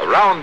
Around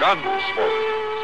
Gunsmoke,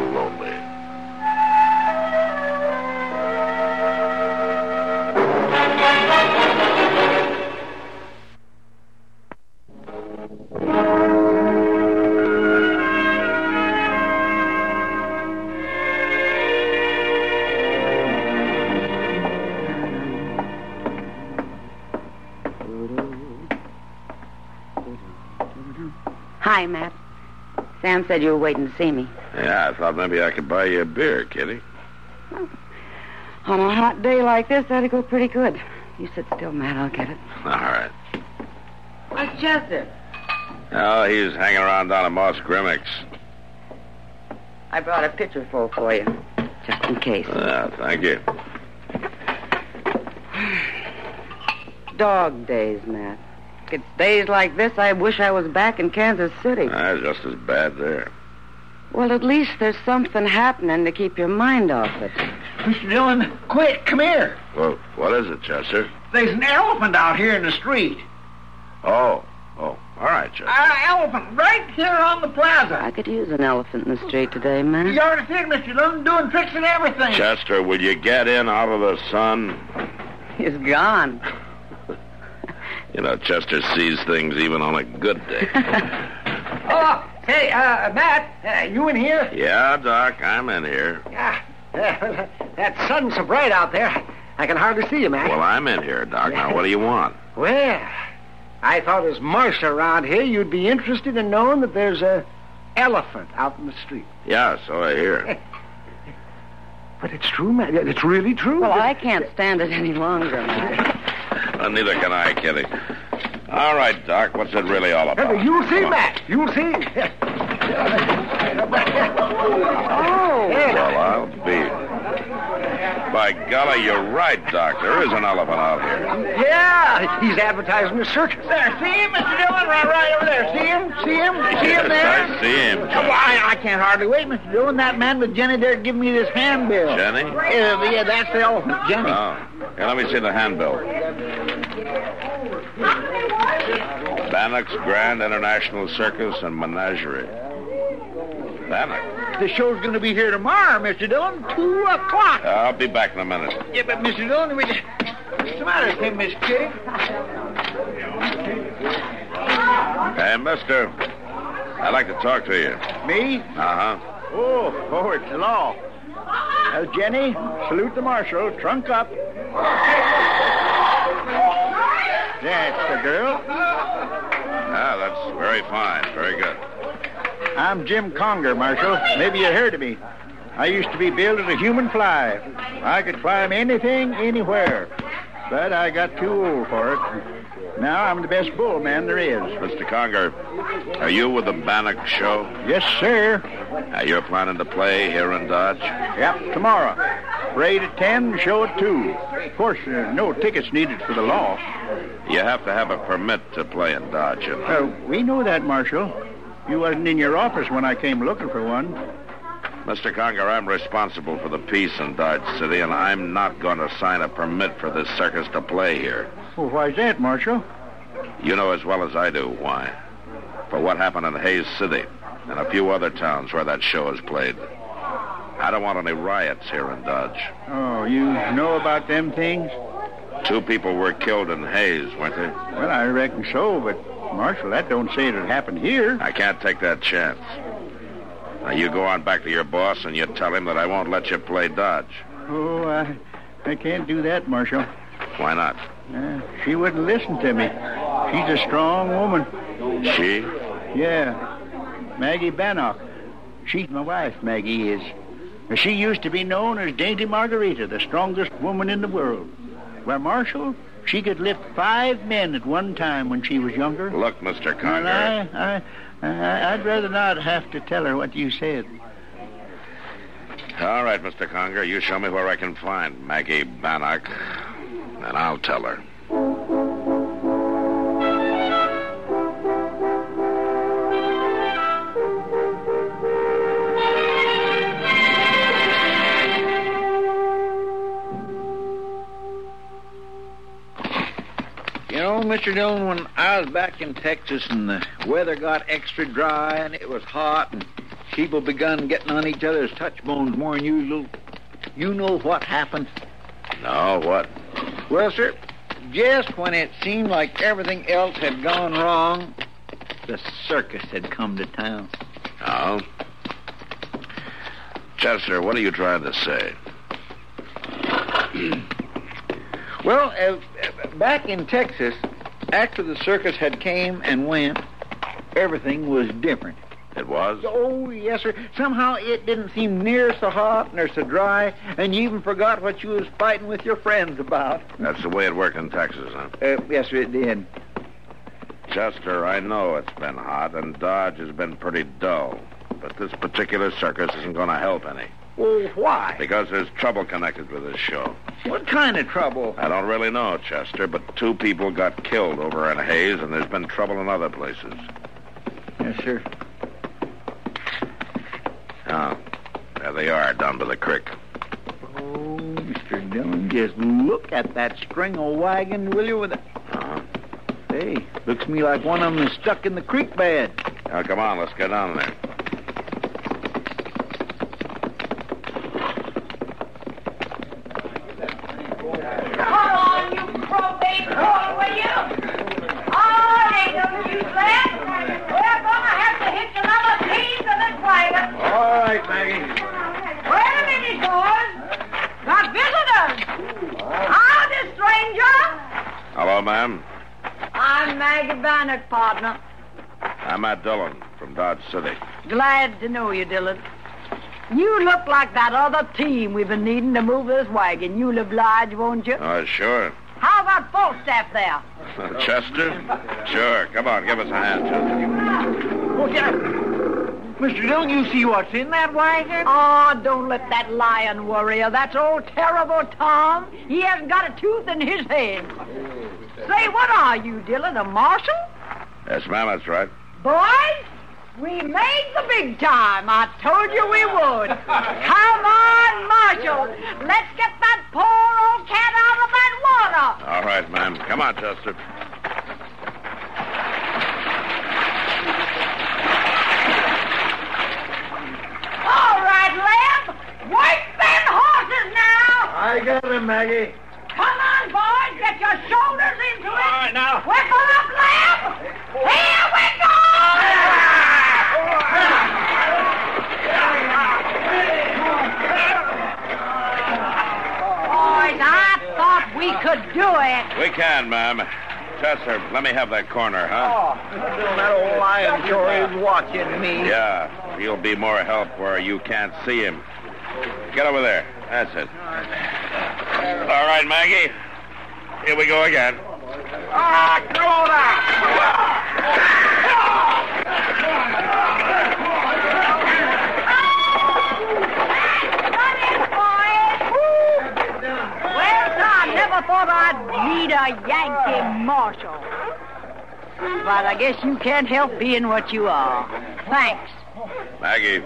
lonely. Hi, Matt. Sam said you were waiting to see me. Yeah, I thought maybe I could buy you a beer, Kitty. On a hot day like this, that'd go pretty good. You sit still, Matt. I'll get it. All right. Where's Chester? Oh, he's hanging around down at Moss Grimmick's. I brought a pitcher full for you, just in case. Ah, thank you. Dog days, Matt. It's days like this I wish I was back in Kansas City. Ah, just as bad there. Well, at least there's something happening to keep your mind off it. Mr. Dillon, quick, come here. Well, what is it, Chester? There's an elephant out here in the street. Oh, oh, all right, Chester. An elephant right here on the plaza. I could use an elephant in the street today, Matt. You already said, Mr. Dillon, doing tricks and everything. Chester, will you get in out of the sun? He's gone. You know, Chester sees things even on a good day. Oh, hey, uh, Matt, uh, you in here? yeah, Doc, I'm in here. Ah, yeah, that sun's so bright out there, I can hardly see you, Mac. Well, I'm in here, Doc. Now, what do you want? Well, I thought as Marsh around here, you'd be interested in knowing that there's a elephant out in the street. Yeah, so I hear. But it's true, Mac. It's really true. Well, I can't stand it any longer, Matt. Uh, neither can I, Kitty. All right, Doc, what's it really all about? You'll see, Come on. Mac. You'll see. Oh, Well, I'll be. By golly, you're right, Doc. There is an elephant out here. Yeah, he's advertising a circus. There, see him, Mr. Dillon, right, right over there. See him? See him? See him Yes, there? I see him, Oh, Chester. I, I can't hardly wait, Mr. Dillon. That man with Jenny there giving me this handbill. Jenny? Yeah, yeah, that's the elephant, Jenny. Oh. Here, let me see the handbill. Bannock's Grand International Circus and Menagerie. Bannock? The show's going to be here tomorrow, Mr. Dillon, 2 o'clock. I'll be back in a minute. Yeah, but Mr. Dillon, we... What's the matter with him, Miss Kitty? Hey, mister. I'd like to talk to you. Me? Uh-huh. Oh, oh, it's the law. Now, Jenny, salute the marshal. Trunk up. That's the girl. Ah, that's very fine. Very good. I'm Jim Conger, Marshal. Maybe you heard of me. I used to be billed as a human fly. I could climb anything, anywhere. But I got too old for it. Now I'm the best bull man there is. Mr. Conger, are you with the Bannock Show? Yes, sir. Uh, you're planning to play here in Dodge? Yep, tomorrow. Parade at 10, show at 2. Of course, uh, no tickets needed for the law. You have to have a permit to play in Dodge, you know. Well, Uh, we know that, Marshal. You wasn't in your office when I came looking for one. Mr. Conger, I'm responsible for the peace in Dodge City, and I'm not going to sign a permit for this circus to play here. Well, why's that, Marshal? You know as well as I do why. For what happened in Hayes City and a few other towns where that show is played. I don't want any riots here in Dodge. Oh, you know about them things? Two people were killed in Hayes, weren't they? Well, I reckon so, but Marshal, that don't say it happened here. I can't take that chance. Now, you go on back to your boss and you tell him that I won't let you play Dodge. Oh, I, I can't do that, Marshal. Why not? Uh, she wouldn't listen to me. She's a strong woman. She? Yeah. Maggie Bannock. She's my wife, Maggie is. She used to be known as Dainty Margarita, the strongest woman in the world. Why, Marshal, she could lift five men at one time when she was younger. Look, Mr. Well, Conger. I, I, I, I'd rather not have to tell her what you said. All right, Mr. Conger, you show me where I can find Maggie Bannock, and I'll tell her. You know, Mr. Dillon, when I was back in Texas and the weather got extra dry and it was hot and people begun getting on each other's touch bones more than usual, you know what happened? No, what? Well, sir, just when it seemed like everything else had gone wrong, the circus had come to town. Oh? Chester, what are you trying to say? Well, uh, uh, back in Texas, after the circus had came and went, everything was different. It was? Oh, yes, sir. Somehow it didn't seem near so hot nor so dry, and you even forgot what you was fighting with your friends about. That's the way it worked in Texas, huh? Uh, yes, sir, it did. Chester, I know it's been hot, and Dodge has been pretty dull. But this particular circus isn't going to help any. Well, why? Because there's trouble connected with this show. What kind of trouble? I don't really know, Chester, but two people got killed over in Hayes, and there's been trouble in other places. Yes, sir. Oh, there they are, down by the creek. Oh, Mr. Dillon, just look at that string of wagons, will you? With a... Uh-huh. Hey, looks to me like one of them is stuck in the creek bed. Now, come on, let's get down there. Come on, you probate whore, will you? Oh, they don't you slap. We're gonna have to hitch another piece of the wagon. All right, Maggie. Wait a minute, boys. Got visitors. Howdy, stranger. Hello, ma'am. I'm Maggie Bannock, partner. I'm Matt Dillon from Dodge City. Glad to know you, Dylan. You look like that other team we've been needing to move this wagon. You'll oblige, won't you? Oh, sure. How about Falstaff there? Chester? Sure. Come on, give us a hand, Chester. Mr. Dillon, you see what's in that wagon? Oh, don't let that lion worry you. That's old terrible Tom. He hasn't got a tooth in his head. Say, what are you, Dylan, a marshal? Yes, ma'am, that's right. Boys, we made the big time. I told you we would. Come on, Marshal. Let's get that poor old cat out of that water. All right, ma'am. Come on, Chester. All right, Lem. Work them horses now. I got him, Maggie. Come on, boys. Get your shoulders into it. All right, now. Whipple up, Lem. Here we go. Boys, I thought we could do it. We can, ma'am. Chester, let me have that corner, huh? Oh, That old lion sure is watching Oh. me. Yeah. He'll be more help where you can't see him. Get over there. That's it. All right, Maggie. Here we go again. Got it, boys. Well, I never thought I'd meet a Yankee marshal. But I guess you can't help being what you are. Thanks. Maggie.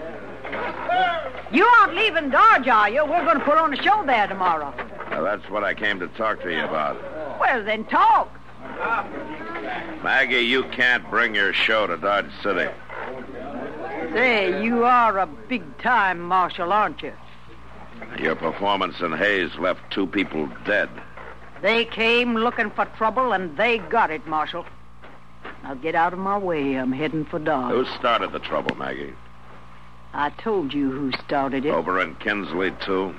You aren't leaving Dodge, are you? We're going to put on a show there tomorrow. Now, that's what I came to talk to you about. Well, then talk. Maggie, you can't bring your show to Dodge City. Say, you are a big time marshal, aren't you? Your performance in Hayes left two people dead. They came looking for trouble, and they got it, Marshal. Now get out of my way. I'm heading for Dodge. Who started the trouble, Maggie? I told you who Oh. started it. Over in Kinsley, too.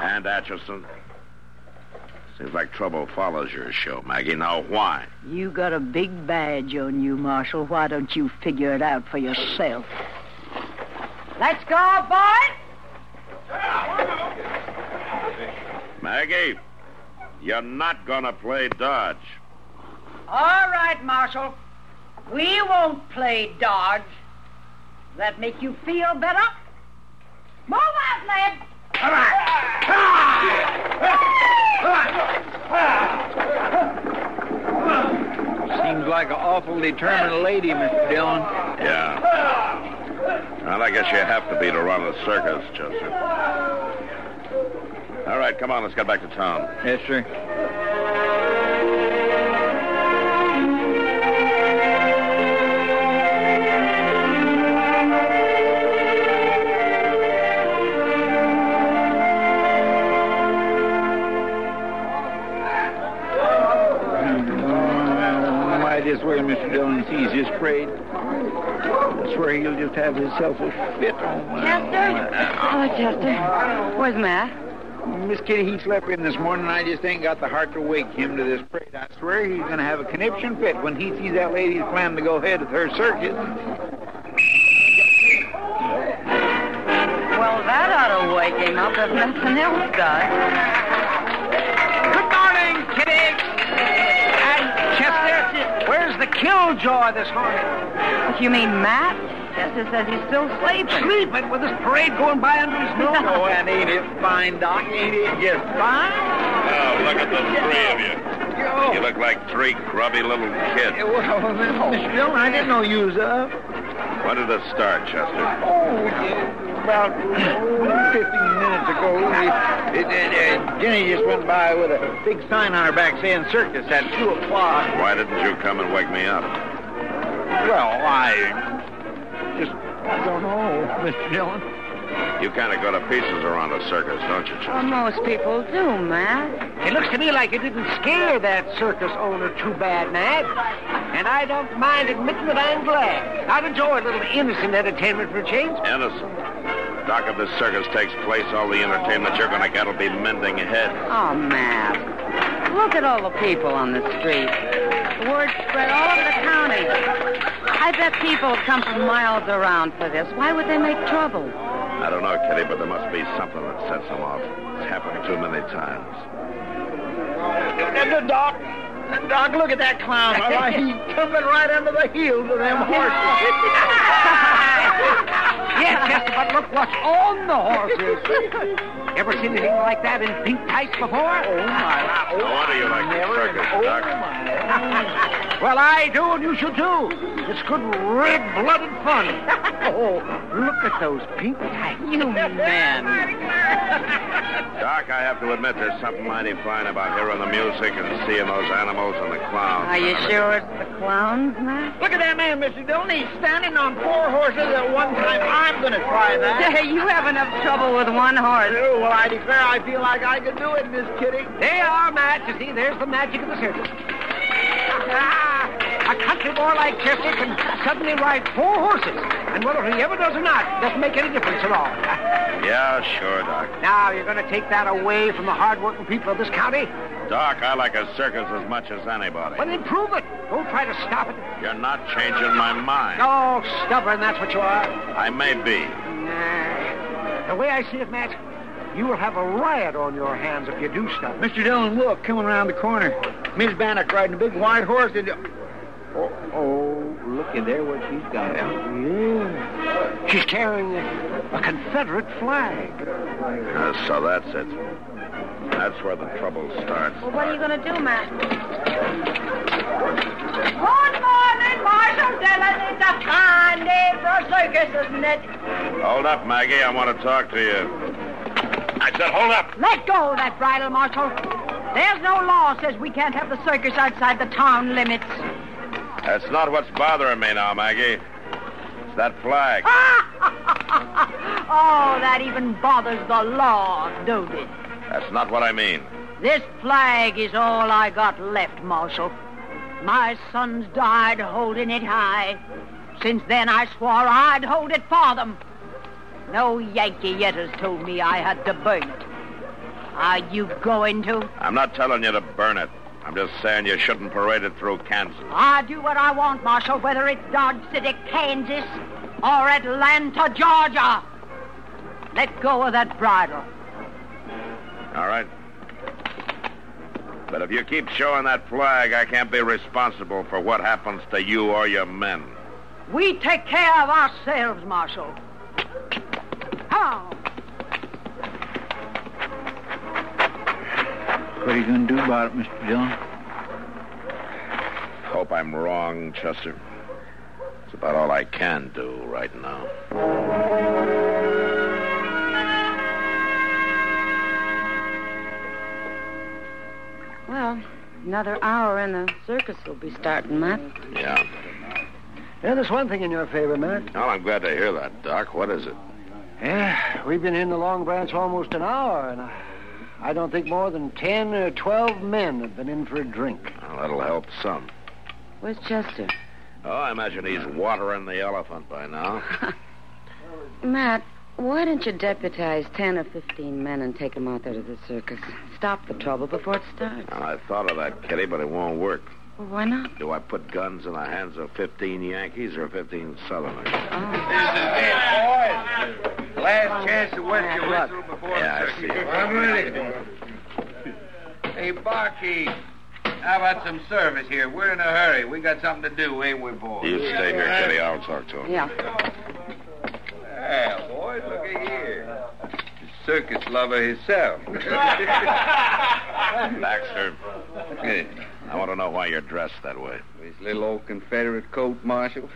And Atchison. Seems like trouble follows your show, Maggie. Now, why? You got a big badge on you, Marshal. Why don't you figure it out for yourself? Let's go, boys. Maggie, you're not gonna play Dodge. All right, Marshal. We won't play dodge. That make you feel better? Move out, lad. All Seems like an awful determined lady, Mr. Dillon. Yeah. Well, I guess you have to be to run a circus, Chester. All right, come on, let's get back to town. Yes, sir. Why This way, Mr. Dillon sees his prey. I swear he'll just have himself a fit. Oh, my, Chester? Hello, Chester. Where's Matt? Miss Kitty, he slept in this morning. I just ain't got the heart to wake him to this parade. I swear he's going to have a conniption fit when he sees that lady's plan to go ahead with her circus. Well, that ought to wake him up if nothing else does. Good morning, Kitty. And Chester, where's the killjoy this morning? You mean Matt? Chester says he's still sleeping. Sleeping with this parade going by under his nose. Oh, and ain't it fine, Doc? Ain't it just fine? Oh, look at those three of you. You look like three grubby little kids. Well, Mr. Dillon, I didn't know you was up. When did it start, Chester? Oh, yeah, about oh, 15 minutes ago, we, it, it, uh, Jenny just went by with a big sign on her back saying circus at 2 o'clock. Why didn't you come and wake me up? Well, I just don't know, Mr. Dillon. You kind of go to pieces around a circus, don't you, Well, Chester? most people do, Matt. It looks to me like you didn't scare that circus owner too bad, Matt. And I don't mind admitting that I'm glad. I've enjoyed a little innocent entertainment for a change. Innocent. Doc, if this circus takes place, all the entertainment you're going to get will be mending heads. Oh, Matt. Look at all the people on the street. The word spread all over the county. I bet people come from miles around for this. Why would they make trouble? I don't know, Kitty, but there must be something that sets them off. It's happened too many times. Doc, Doc, look at that clown. He's jumping right under the heels of them horses. Yeah, Chester, but look what's on the horses. Ever seen anything like that in pink tights before? Oh, my. No wonder you like the circus, Doc. Well, I do, and you should too. It's good red-blooded fun. Oh, look at those pink tights. You man. Doc, I have to admit there's something mighty fine about hearing the music and seeing those animals and the clowns. Are you and everything. sure it's the clowns, Matt? Look at that man, Mr. Dillon. He's standing on four horses at one time. I'm going to try that. you have enough trouble with one horse. Oh, well, I declare I feel like I could do it, Miss Kitty. They are mad. You see, there's the magic of the circus. Ah, a country boy like Chester can suddenly ride four horses. And whether he ever does or not, doesn't make any difference at all. Yeah, sure, Doc. Now, you're going to take that away from the hard-working people of this county? Doc, I like a circus as much as anybody. Well, then prove it. Don't try to stop it. You're not changing my mind. Oh, stubborn, that's what you are. I may be. Nah. The way I see it, Matt, you will have a riot on your hands if you do stop it. Mr. Dillon, look, coming around the corner. Miss Bannock riding a big white horse. And... Oh, oh, look at there what she's got. Yeah. She's carrying a, a Confederate flag. Uh, so that's it. That's where the trouble starts. Well, what are you going to do, Matt? Good morning, Marshal Dillon. It's a fine day for a circus, isn't it? Hold up, Maggie. I want to talk to you. I said, hold up. Let go of that bridle, Marshal. There's no law says we can't have the circus outside the town limits. That's not what's bothering me now, Maggie. It's that flag. oh, that even bothers the law, don't it? That's not what I mean. This flag is all I got left, Marshal. My sons died holding it high. Since then, I swore I'd hold it for them. No Yankee yet has told me I had to burn it. Are you going to? I'm not telling you to burn it. I'm just saying you shouldn't parade it through Kansas. I do what I want, Marshal, whether it's Dodge City, Kansas, or Atlanta, Georgia. Let go of that bridle. All right. But if you keep showing that flag, I can't be responsible for what happens to you or your men. We take care of ourselves, Marshal. Come on. What are you going to do about it, Mr. Dillon? Hope I'm wrong, Chester. It's about all I can do right now. Well, another hour and the circus will be starting, Matt. Yeah. Yeah, there's one thing in your favor, Matt. Well, I'm glad to hear that, Doc. What is it? Yeah, we've been in the Long Branch almost an hour, and I, I don't think more than 10 or 12 men have been in for a drink. Well, that'll help some. Where's Chester? Oh, I imagine he's watering the elephant by now. Matt, why don't you deputize 10 or 15 men and take them out there to the circus? Stop the trouble before it starts. Well, I thought of that, Kitty, but it won't work. Well, why not? Do I put guns in the hands of 15 Yankees or 15 Southerners? Oh. This is it, boys. Last chance to wet your whistle before Yeah, the I see. circus. I'm ready. Hey, barkeep. How about some service here? We're in a hurry. We got something to do, ain't we, boys? You stay here, Kitty. I'll talk to him. Yeah. Yeah, boys, look at here. The circus lover himself. Look Baxter, at it. I want to know why you're dressed that way. This little old Confederate coat, Marshal.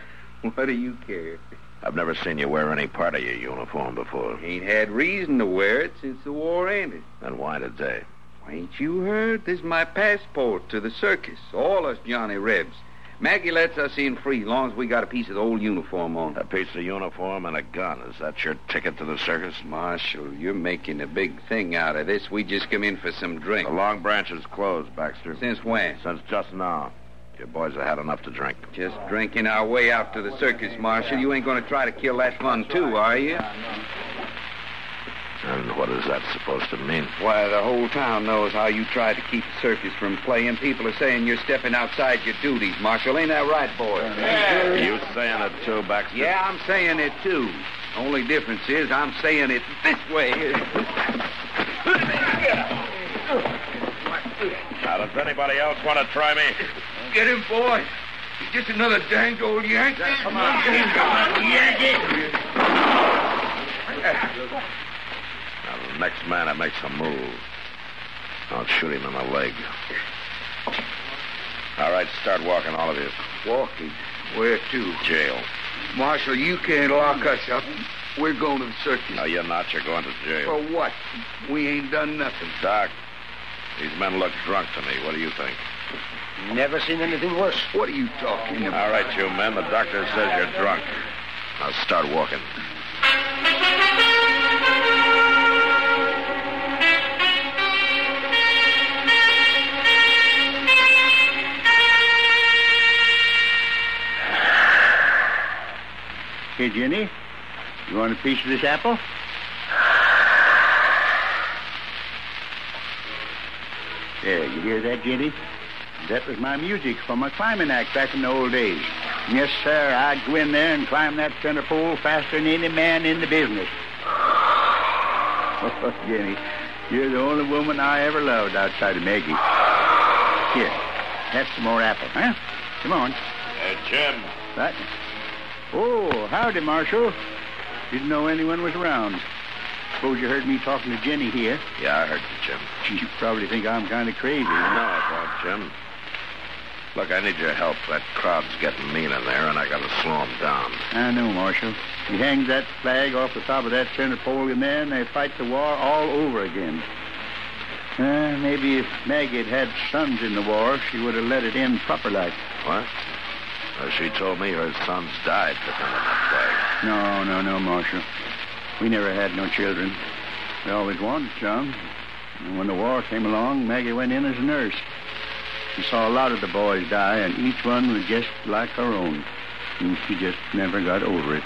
What do you care? I've never seen you wear any part of your uniform before. Ain't had reason to wear it since the war ended. Then why today? Ain't you heard? This is my passport to the circus. All us Johnny Rebs. Maggie lets us in free long as we got a piece of the old uniform on. A piece of uniform and a gun. Is that your ticket to the circus? Marshal, you're making a big thing out of this. We just come in for some drink. The Long Branch is closed, Baxter. Since when? Since just now. Your boys have had enough to drink. Just drinking our way out to the circus, Marshal. You ain't going to try to kill that fun, too, are you? And what is that supposed to mean? Why, the whole town knows how you tried to keep the circus from playing. People are saying you're stepping outside your duties, Marshal. Ain't that right, boy? Are you saying it too, Baxter? Yeah, I'm saying it, too. Only difference is I'm saying it this way. Now, does anybody else want to try me? Get him, boy. He's just another danged old Yankee. Come on. Yankee. Now, the next man that makes a move, I'll shoot him in the leg. All right, start walking, all of you. Walking. Where to? Jail. Marshal, you can't lock us up. We're going to the circus. No, you're not. You're going to jail. For what? We ain't done nothing. Doc, these men look drunk to me. What do you think? Never seen anything worse. What are you talking about? All right, you men. The doctor says you're drunk. Now start walking. Hey, Jenny, you want a piece of this apple? Yeah, you hear that, Jenny? That was my music for my climbing act back in the old days. Yes, sir, I'd go in there and climb that center pole faster than any man in the business. Oh, Jenny, you're the only woman I ever loved outside of Maggie. Here, have some more apple, huh? Come on. Hey, Jim. That. Oh, howdy, Marshal. Didn't know anyone was around. Suppose you heard me talking to Jenny here. Yeah, I heard you, Jim. You probably think I'm kind of crazy. No, I don't, Jim. Look, I need your help. That crowd's getting mean in there, and I got to slow 'em down. I know, Marshal. You hang that flag off the top of that center pole, and then they fight the war all over again. Uh, maybe if Maggie had had sons in the war, she would have let it end proper like. What? Well, she told me her sons died defending that flag. No, no, no, Marshal. We never had no children. We always wanted some. And when the war came along, Maggie went in as a nurse. She saw a lot of the boys die, and each one was just like her own. And she just never got over it.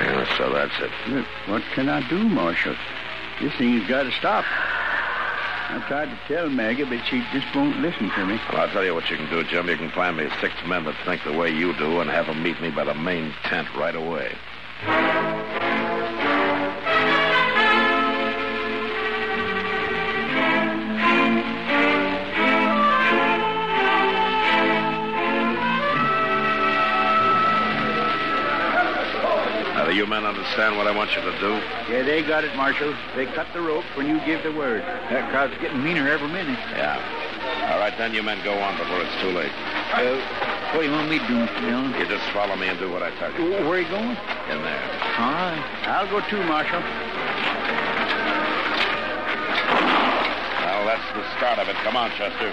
Yeah, so that's it. Look, what can I do, Marshal? This thing's got to stop. I tried to tell Maggie, but she just won't listen to me. Well, I'll tell you what you can do, Jim. You can find me six men that think the way you do and have them meet me by the main tent right away. Now, do you men understand what I want you to do? Yeah, they got it, Marshal. They cut the rope when you give the word. That crowd's getting meaner every minute. Yeah. All right, then, you men go on before it's too late. Uh, what do you want me to do, Mr. Dillon? You just follow me and do what I tell you. Where are you going? In there. All right. I'll go too, Marshal. Well, that's the start of it. Come on, Chester.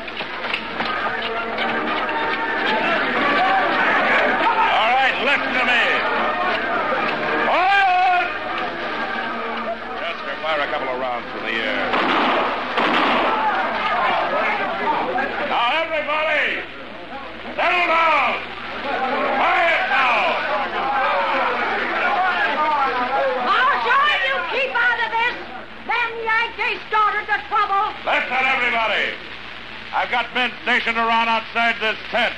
All right, listen to me. Forward! Chester, fire a couple of rounds from the air. Now, everybody, settle down. Quiet now. Marshal, you keep out of this. Them Yankees started the trouble. Listen, everybody. I've got men stationed around outside this tent.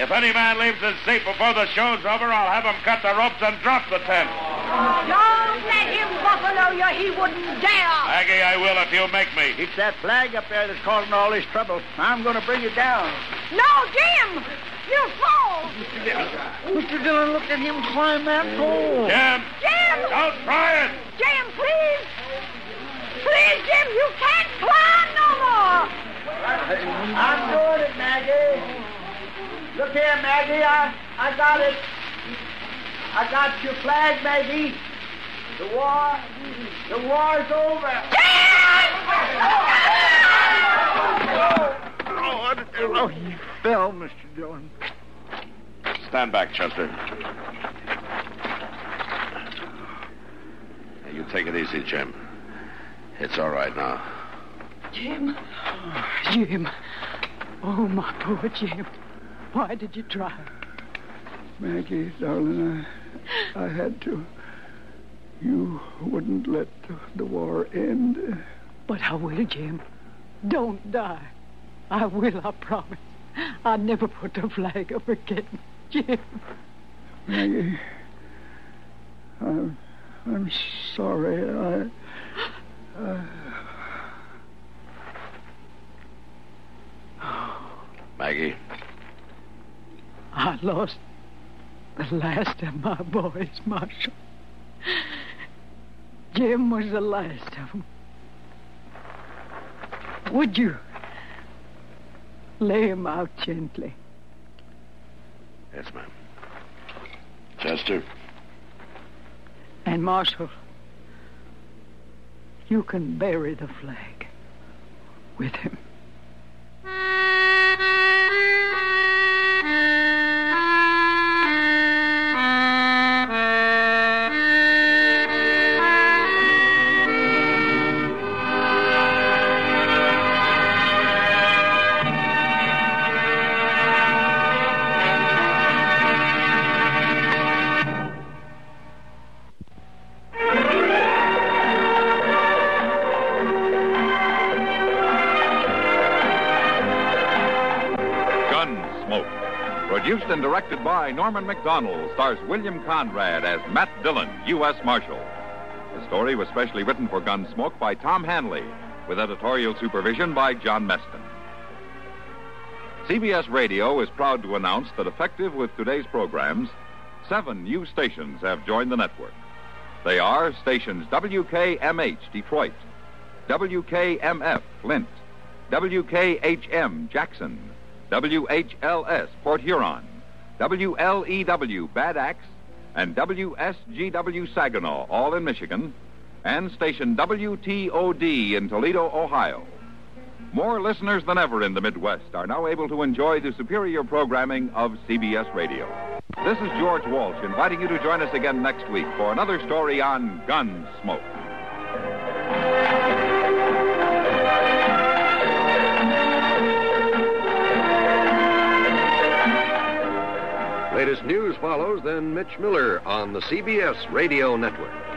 If any man leaves his seat before the show's over, I'll have him cut the ropes and drop the tent. Don't let him buffalo you. He wouldn't dare. Aggie, I will if you make me. It's that flag up there that's causing all this trouble. I'm going to bring it down. No, Jim, you fool. Mr. Dillon looked at him climb that pole. Jim, Jim, don't try it. Jim, please. Please, Jim, you can't climb no more. I'm doing it, Maggie. Look here, Maggie. I, I got it. I got your flag, Maggie. The war, the war's over. Oh, he fell, Mr. Dillon. Stand back, Chester. Now, You take it easy, Jim. It's all right now. Jim. Jim. Oh, my poor Jim. Why did you try? Maggie, darling, I, I had to. You wouldn't let the war end. But I will, Jim. Don't die. I will, I promise. I never put the flag up again. Jim. Maggie, I'm, I'm sorry. I. Maggie, I lost the last of my boys, Marshal. Jim was the last of them. Would you lay him out gently? Yes, ma'am. Chester, And, Marshal, you can bury the flag with him. Gunsmoke. Produced and directed by Norman McDonald, stars William Conrad as Matt Dillon, U.S. Marshal. The story was specially written for Gunsmoke by Tom Hanley, with editorial supervision by John Meston. CBS Radio is proud to announce that effective with today's programs, seven new stations have joined the network. They are stations WKMH Detroit, WKMF Flint, WKHM Jackson, WHLS Port Huron, WLEW Bad Axe, and WSGW Saginaw, all in Michigan, and station WTOD in Toledo, Ohio. More listeners than ever in the Midwest are now able to enjoy the superior programming of CBS Radio. This is George Walsh inviting you to join us again next week for another story on Gunsmoke. Latest news follows, then Mitch Miller on the CBS Radio Network.